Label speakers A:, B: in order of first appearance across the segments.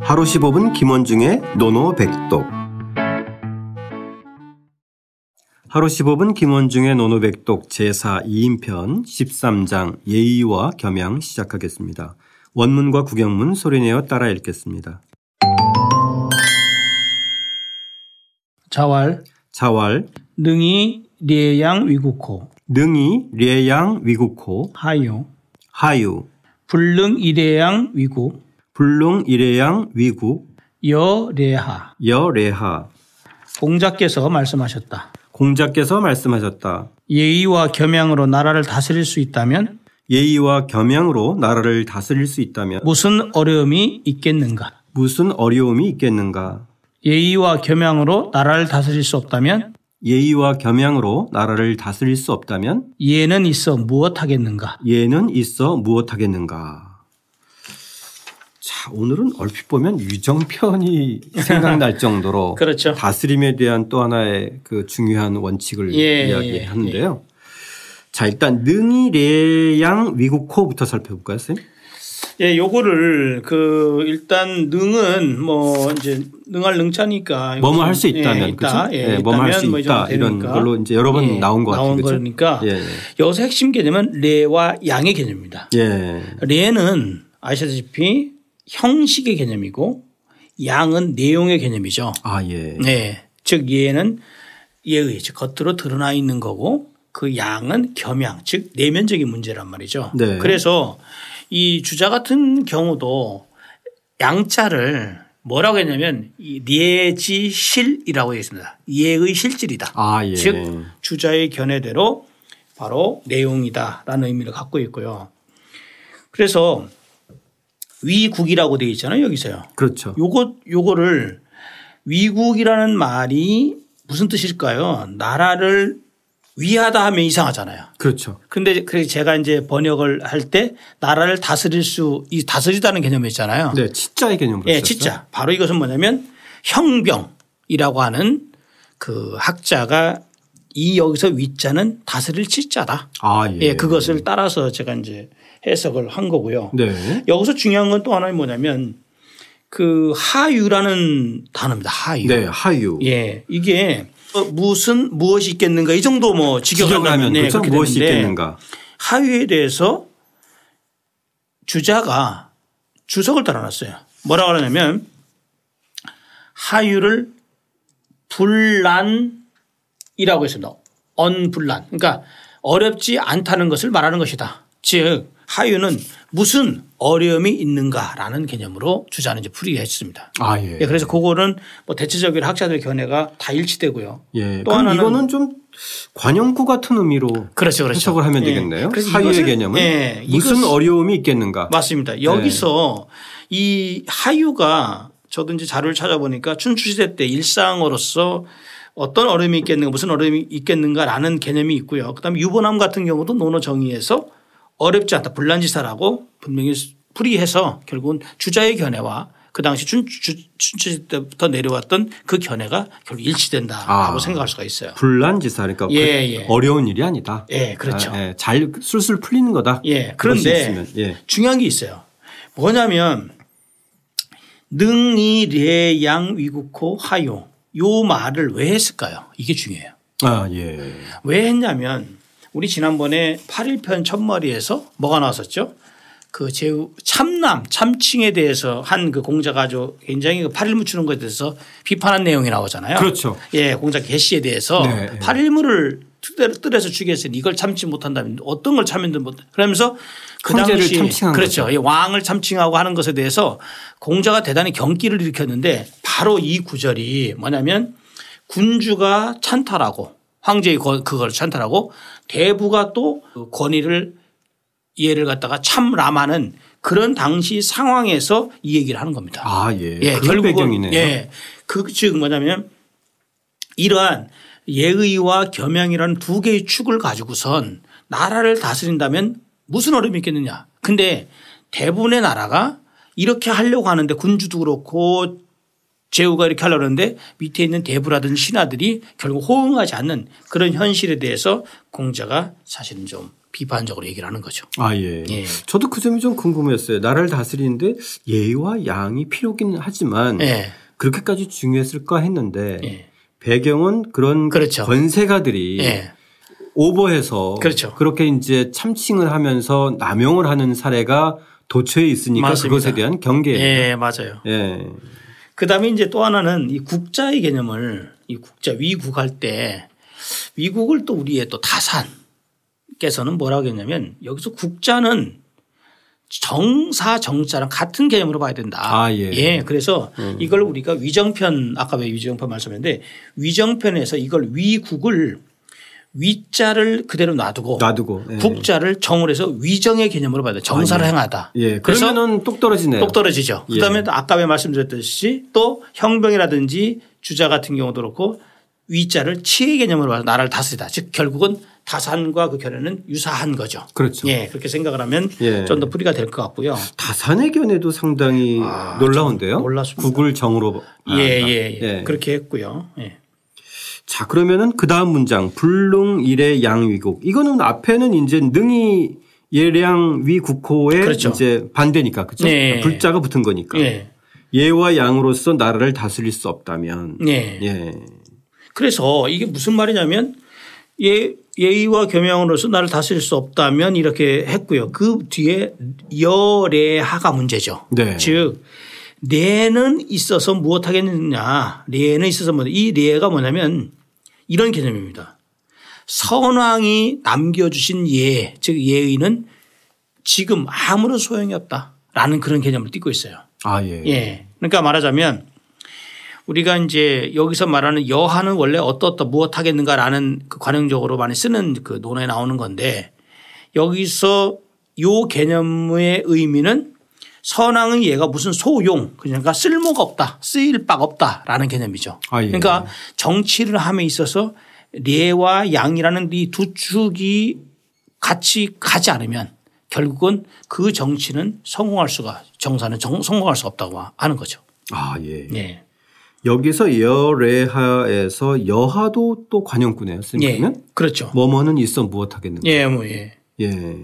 A: 하루 15분 김원중의 노노백독 하루 15분 김원중의 노노백독 제4 2인편 13장 예의와 겸양 시작하겠습니다. 원문과 구경문 소리내어 따라 읽겠습니다.
B: 자왈
A: 자왈
B: 능이 리에양 위국호
A: 능이 례양 위국호
B: 하요
A: 하유
B: 불능 이래양 위국
A: 불릉 이래양 위국
B: 여레하
A: 여례하
B: 공자께서 말씀하셨다.
A: 공자께서 말씀하셨다.
B: 예의와 겸양으로 나라를 다스릴 수 있다면
A: 예의와 겸양으로 나라를 다스릴 수 있다면
B: 무슨 어려움이 있겠는가?
A: 무슨 어려움이 있겠는가?
B: 예의와 겸양으로 나라를 다스릴 수 없다면
A: 예의와 겸양으로 나라를 다스릴 수 없다면
B: 예는 있어 무엇하겠는가?
A: 예는 있어 무엇하겠는가? 자, 오늘은 얼핏 보면 유정편이 생각날 정도로
B: 그렇죠.
A: 다스림에 대한 또 하나의 그 중요한 원칙을
B: 예,
A: 이야기하는데요. 자, 일단 능이 레양 위국호부터 살펴볼까요, 쌤?
B: 예, 요거를 그 일단 능은 뭐 이제 능할 능차니까 예,
A: 뭐뭐 할 수 있다면, 그죠? 뭐뭐 할 수 있다. 이런 걸로 이제 여러 번 나온 것 같아요.
B: 나온
A: 그죠?
B: 거니까
A: 예,
B: 여기서 핵심 개념은 레와 양의 개념입니다.
A: 예. 예.
B: 레는 아시다시피 형식의 개념이고 양은 내용의 개념이죠.
A: 아, 예.
B: 네. 즉 예는 예의 즉 겉으로 드러나 있는 거고 그 양은 겸양 즉 내면적인 문제란 말이죠.
A: 네.
B: 그래서 이 주자 같은 경우도 양자를 뭐라고 했냐면 이 예지실이라고 했습니다. 예의 실질이다.
A: 아, 예.
B: 즉 주자의 견해대로 바로 내용이다라는 의미를 갖고 있고요. 그래서 위국이라고 되어 있잖아요 여기서요.
A: 그렇죠.
B: 요거 요거를 위국이라는 말이 무슨 뜻일까요? 나라를 위하다 하면 이상하잖아요.
A: 그렇죠.
B: 근데 그래서 제가 이제 번역을 할 때 나라를 다스릴 수, 이 다스리다는 개념이 있잖아요.
A: 네, 치자의 개념으로
B: 예,
A: 썼어요.
B: 진짜. 바로 이것은 뭐냐면 형병이라고 하는 그 학자가 이 여기서 위자는 다스릴 치자다.
A: 아, 예.
B: 예, 그것을 따라서 제가 이제 해석을 한 거고요.
A: 네.
B: 여기서 중요한 건 또 하나는 뭐냐면 그 하유라는 단어입니다. 하유.
A: 네, 하유.
B: 예. 이게 어, 무슨 무엇이 있겠는가 이 정도 뭐 직역하면
A: 직역하면
B: 네,
A: 그렇죠.
B: 그렇게
A: 무엇이
B: 되는데
A: 있겠는가?
B: 하유에 대해서 주자가 주석을 달아놨어요. 뭐라고 하냐면 하유를 분란이라고 했습니다. 언분란. 그러니까 어렵지 않다는 것을 말하는 것이다. 즉 하유는 무슨 어려움이 있는가라는 개념으로 주자는 이제 풀이했습니다.
A: 아, 예.
B: 예, 그래서 그거는 뭐 대체적으로 학자들의 견해가 다 일치되고요.
A: 예.
B: 또
A: 그럼
B: 하나는-
A: 이거는 좀 관용구 같은 의미로
B: 그렇죠, 그렇죠.
A: 해석을 하면
B: 예.
A: 되겠네요.
B: 그래서
A: 하유의
B: 이것을-
A: 개념은
B: 예,
A: 무슨
B: 이것을-
A: 어려움이 있겠는가?
B: 맞습니다. 여기서 이 하유가 저도 이제 자료를 찾아보니까 춘추시대 때 일상으로서 어떤 어려움이 있겠는가 무슨 어려움이 있겠는가라는 개념이 있고요. 그다음에 유보남 같은 경우도 논어 정의에서 어렵지 않다 불란지사라고 분명히 풀이해서 결국은 주자의 견해와 그 당시 춘추, 춘추시대 때부터 내려왔던 그 견해가 결국 일치된다라고
A: 아.
B: 생각할 수가 있어요.
A: 불란지사 그러니까
B: 예,
A: 그-
B: 예.
A: 어려운 일이 아니다.
B: 예, 그렇죠.
A: 아, 예. 잘 술술 풀리는 거다.
B: 예.
A: 그럴 수
B: 그런데
A: 있으면. 예.
B: 중요한 게 있어요. 뭐냐면 능이 레양 위국호 하요 요 말을 왜 했을까요? 이게 중요해요.
A: 아, 예.
B: 왜 했냐면 우리 지난번에 8일편 첫머리에서 뭐가 나왔었죠? 그 제우 참남 참칭에 대해서 한 그 공자가 아주 굉장히 그 8일 묻히는 것에 대해서 비판한 내용이 나오잖아요.
A: 그렇죠.
B: 예, 공자 개시에 대해서
A: 네, 예.
B: 8일물을 뜰에서 추기했으니 이걸 참지 못한다면 어떤 걸 참는든 못 그러면서 그
A: 황제를
B: 당시
A: 참칭한
B: 그렇죠. 예, 왕을 참칭하고 하는 것에 대해서 공자가 대단히 경기를 일으켰는데 바로 이 구절이 뭐냐면 군주가 찬탈하고 황제의 거- 그걸 찬탈하고 대부가 또그 권위를 이해를 갖다가 참람하는 그런 당시 상황에서 이 얘기를 하는 겁니다.
A: 아, 예. 그런 배경이네요.
B: 예. 그, 즉 뭐냐면 이러한 예의와 겸양이라는 두 개의 축을 가지고선 나라를 다스린다면 무슨 어려움이 있겠느냐. 근데 대부분의 나라가 이렇게 하려고 하는데 군주도 그렇고 제후가 이렇게 하려고 하는데 밑에 있는 대부라든지 신하들이 결국 호응하지 않는 그런 현실에 대해서 공자가 사실은 좀 비판적으로 얘기를 하는 거죠.
A: 아, 예.
B: 예.
A: 저도 그 점이 좀 궁금했어요. 나라를 다스리는데 예와 양이 필요긴 하지만
B: 예.
A: 그렇게까지 중요했을까 했는데
B: 예.
A: 배경은 그런
B: 그렇죠.
A: 권세가들이
B: 예.
A: 오버해서
B: 그렇죠.
A: 렇게 이제 참칭을 하면서 남용을 하는 사례가 도처에 있으니까
B: 맞습니다.
A: 그것에 대한 경계.
B: 예, 맞아요.
A: 예.
B: 그다음에 이제 또 하나는 이 국자의 개념을 이 국자 위국 할 때 위국을 또 우리의 또 다산께서는 뭐라고 했냐면 여기서 국자는 정사 정자랑 같은 개념으로 봐야 된다.
A: 아, 예. 음.
B: 그래서 이걸 우리가 위정편 아까 왜 위정편 말씀했는데 위정편에서 이걸 위국을 위자를 그대로 놔두고
A: 놔두고. 예.
B: 국자를 정을 해서 위정의 개념으로 봐야 돼. 정사를 행하다.
A: 예.
B: 그래서
A: 그러면은 똑 떨어지네요.
B: 똑 떨어지죠.
A: 예.
B: 그다음에 또 아까 왜 말씀드렸듯이 또 형병이라든지 주자 같은 경우도 그렇고 위자를 치의 개념으로 봐서 나라를 다스리다. 즉 결국은 다산과 그 결연은 유사한 거죠.
A: 그렇죠.
B: 예, 그렇게 생각을 하면
A: 예.
B: 좀 더 풀이가 될 것 같고요.
A: 다산의 견해도 상당히 놀라운데요.
B: 아, 놀랐습니다.
A: 국을 정으로. 아,
B: 예, 예, 예,
A: 예.
B: 그렇게 했고요. 예.
A: 자 그러면은 그 다음 문장 불릉일의 양위국 이거는 앞에는 이제 능이 예량 위국호의
B: 그렇죠.
A: 이제 반대니까 그죠?
B: 네.
A: 불자가 붙은 거니까
B: 예.
A: 예와 양으로서 나라를 다스릴 수 없다면
B: 예.
A: 예.
B: 그래서 이게 무슨 말이냐면 예, 예의와 겸양으로서 나를 다스릴 수 없다면 이렇게 했고요. 그 뒤에 열애하가 문제죠.
A: 네.
B: 즉 례는 있어서 무엇 하겠느냐. 례는 있어서 뭐. 이 례가 뭐냐면 이런 개념입니다. 선왕이 남겨주신 예, 즉 예의는 지금 아무런 소용이 없다라는 그런 개념을 띠고 있어요.
A: 아 예.
B: 예. 그러니까 말하자면 우리가 이제 여기서 말하는 여하는 원래 어떻다 무엇 하겠는가라는 그 관용적으로 많이 쓰는 그 논에 나오는 건데 여기서 요 개념의 의미는 선왕의 얘가 무슨 소용 그러니까 쓸모가 없다 쓰일 바가 없다라는 개념이죠.
A: 아, 예.
B: 그러니까 정치를 함에 있어서 례와 양이라는 이 두 축이 같이 가지 않으면 결국은 그 정치는 성공할 수가 정사는 정- 성공할 수 없다고 하는 거죠.
A: 아 예.
B: 예.
A: 여기서 여래하에서 여하도 또 관용구네요.
B: 예.
A: 쓰면
B: 그렇죠.
A: 뭐뭐는 있어 무엇하겠는가.
B: 예, 뭐 예.
A: 예.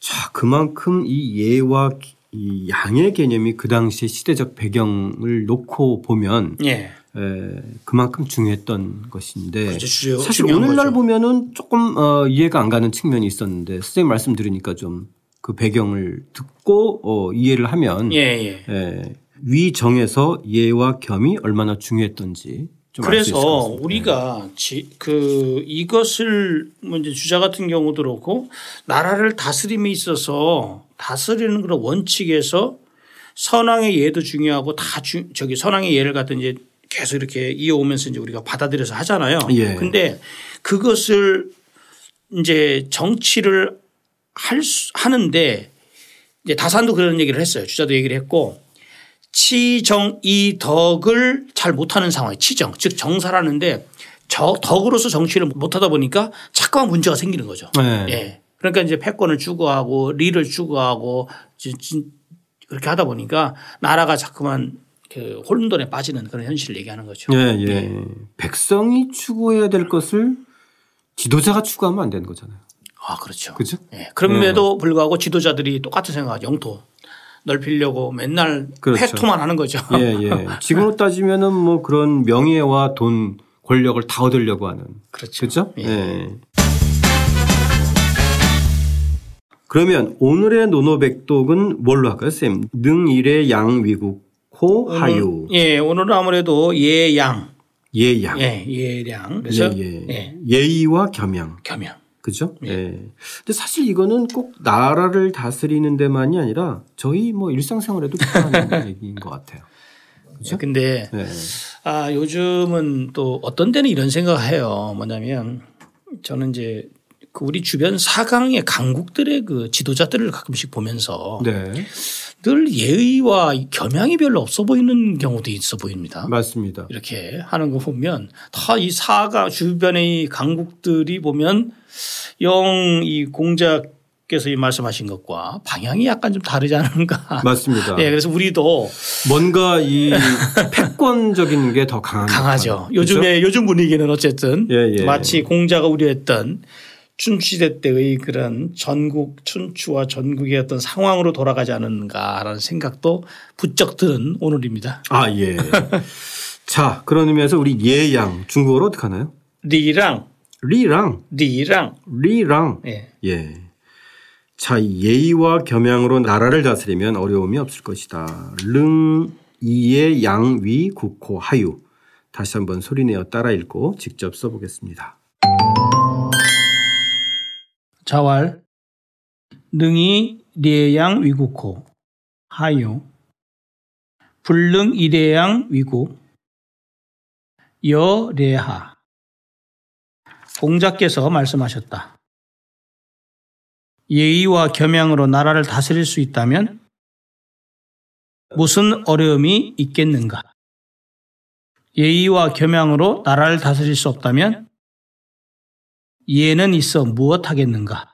A: 자, 그만큼 이 예와 이 양의 개념이 그 당시의 시대적 배경을 놓고 보면
B: 예.
A: 에, 그만큼 중요했던 것인데
B: 그렇죠. 주요-
A: 사실
B: 중요한
A: 오늘날
B: 거죠.
A: 보면은 조금 어, 이해가 안 가는 측면이 있었는데 선생님 말씀 들으니까 좀 그 배경을 듣고 어, 이해를 하면
B: 예, 예.
A: 에, 위정에서 예와 겸이 얼마나 중요했던지 좀 알 수 있을 것
B: 그래서
A: 같습니다.
B: 우리가 지, 그 이것을 뭐 이제 주자 같은 경우도 그렇고 나라를 다스림에 있어서 다스리는 그런 원칙에서 선왕의 예도 중요하고 다 주, 저기 선왕의 예를 갖다 이제 계속 이렇게 이어오면서 이제 우리가 받아들여서 하잖아요.
A: 예.
B: 근데 그것을 이제 정치를 할 수, 하는데 이제 다산도 그런 얘기를 했어요. 주자도 얘기를 했고 치정 이 덕을 잘 못하는 상황에 치정 즉 정사라는데 저 덕으로서 정치를 못하다 보니까 자꾸만 문제가 생기는 거죠.
A: 네.
B: 예. 그러니까 이제 패권을 추구하고 리를 추구하고 진- 진- 그렇게 하다 보니까 나라가 자꾸만 그 혼돈에 빠지는 그런 현실을 얘기하는 거죠.
A: 예, 예. 백성이 추구해야 될 것을 지도자가 추구하면 안 되는 거잖아요.
B: 아 그렇죠.
A: 그죠? 음.
B: 예. 그럼에도 불구하고 지도자들이 똑같은 생각, 영토 넓히려고 맨날
A: 그렇죠.
B: 회토만 하는 거죠.
A: 예, 예. 지금으로 따지면은 뭐 그런 명예와 돈, 권력을 다 얻으려고 하는.
B: 그렇죠.
A: 그렇죠? 예. 그러면 오늘의 노노백독은 뭘로 할까요, 쌤? 능일의 양위국 호 하유
B: 예, 오늘은 아무래도 예양,
A: 예양
B: 예, 예량.
A: 예,
B: 그래서
A: 예.
B: 예,
A: 예의와 겸양
B: 겸양.
A: 그죠? 예. 근데 사실 이거는 꼭 나라를 다스리는 데만이 아니라 저희 뭐 일상생활에도 필요한 얘기인 것 같아요.
B: 그런데
A: 예.
B: 아, 요즘은 또 어떤 데는 이런 생각해요. 뭐냐면 저는 이제 그 우리 주변 사강의 강국들의 그 지도자들을 가끔씩 보면서
A: 네.
B: 늘 예의와 이 겸양이 별로 없어 보이는 경우도 있어 보입니다.
A: 맞습니다.
B: 이렇게 하는 거 보면 다 이 사가 주변의 이 강국들이 보면 영 이 공자께서 이 말씀하신 것과 방향이 약간 좀 다르지 않은가.
A: 맞습니다.
B: 예, 그래서 우리도
A: 뭔가 이 패권적인 게 더 강한 것
B: 강하죠.
A: 같아요.
B: 요즘에 요즘 분위기는 어쨌든
A: 예, 예.
B: 마치 공자가 우려했던 춘추시대 때의 그런 전국 춘추와 전국의 어떤 상황으로 돌아가지 않은가라는 생각도 부쩍 드는 오늘입니다.
A: 아, 예. 자, 그런 의미에서 우리 예양 중국어로 어떻게 하나요?
B: 리랑
A: 리랑,
B: 리랑
A: 리랑.
B: 예.
A: 예. 자, 이 예의와 겸양으로 나라를 다스리면 어려움이 없을 것이다. 릉, 이의 양, 위, 국호, 하유. 다시 한번 소리내어 따라 읽고 직접 써보겠습니다.
B: 자왈 능이 리에양 위국호 하요 불능 이래양 위국 여레하 공자께서 말씀하셨다. 예의와 겸양으로 나라를 다스릴 수 있다면 무슨 어려움이 있겠는가? 예의와 겸양으로 나라를 다스릴 수 없다면 예는 있어 무엇하겠는가?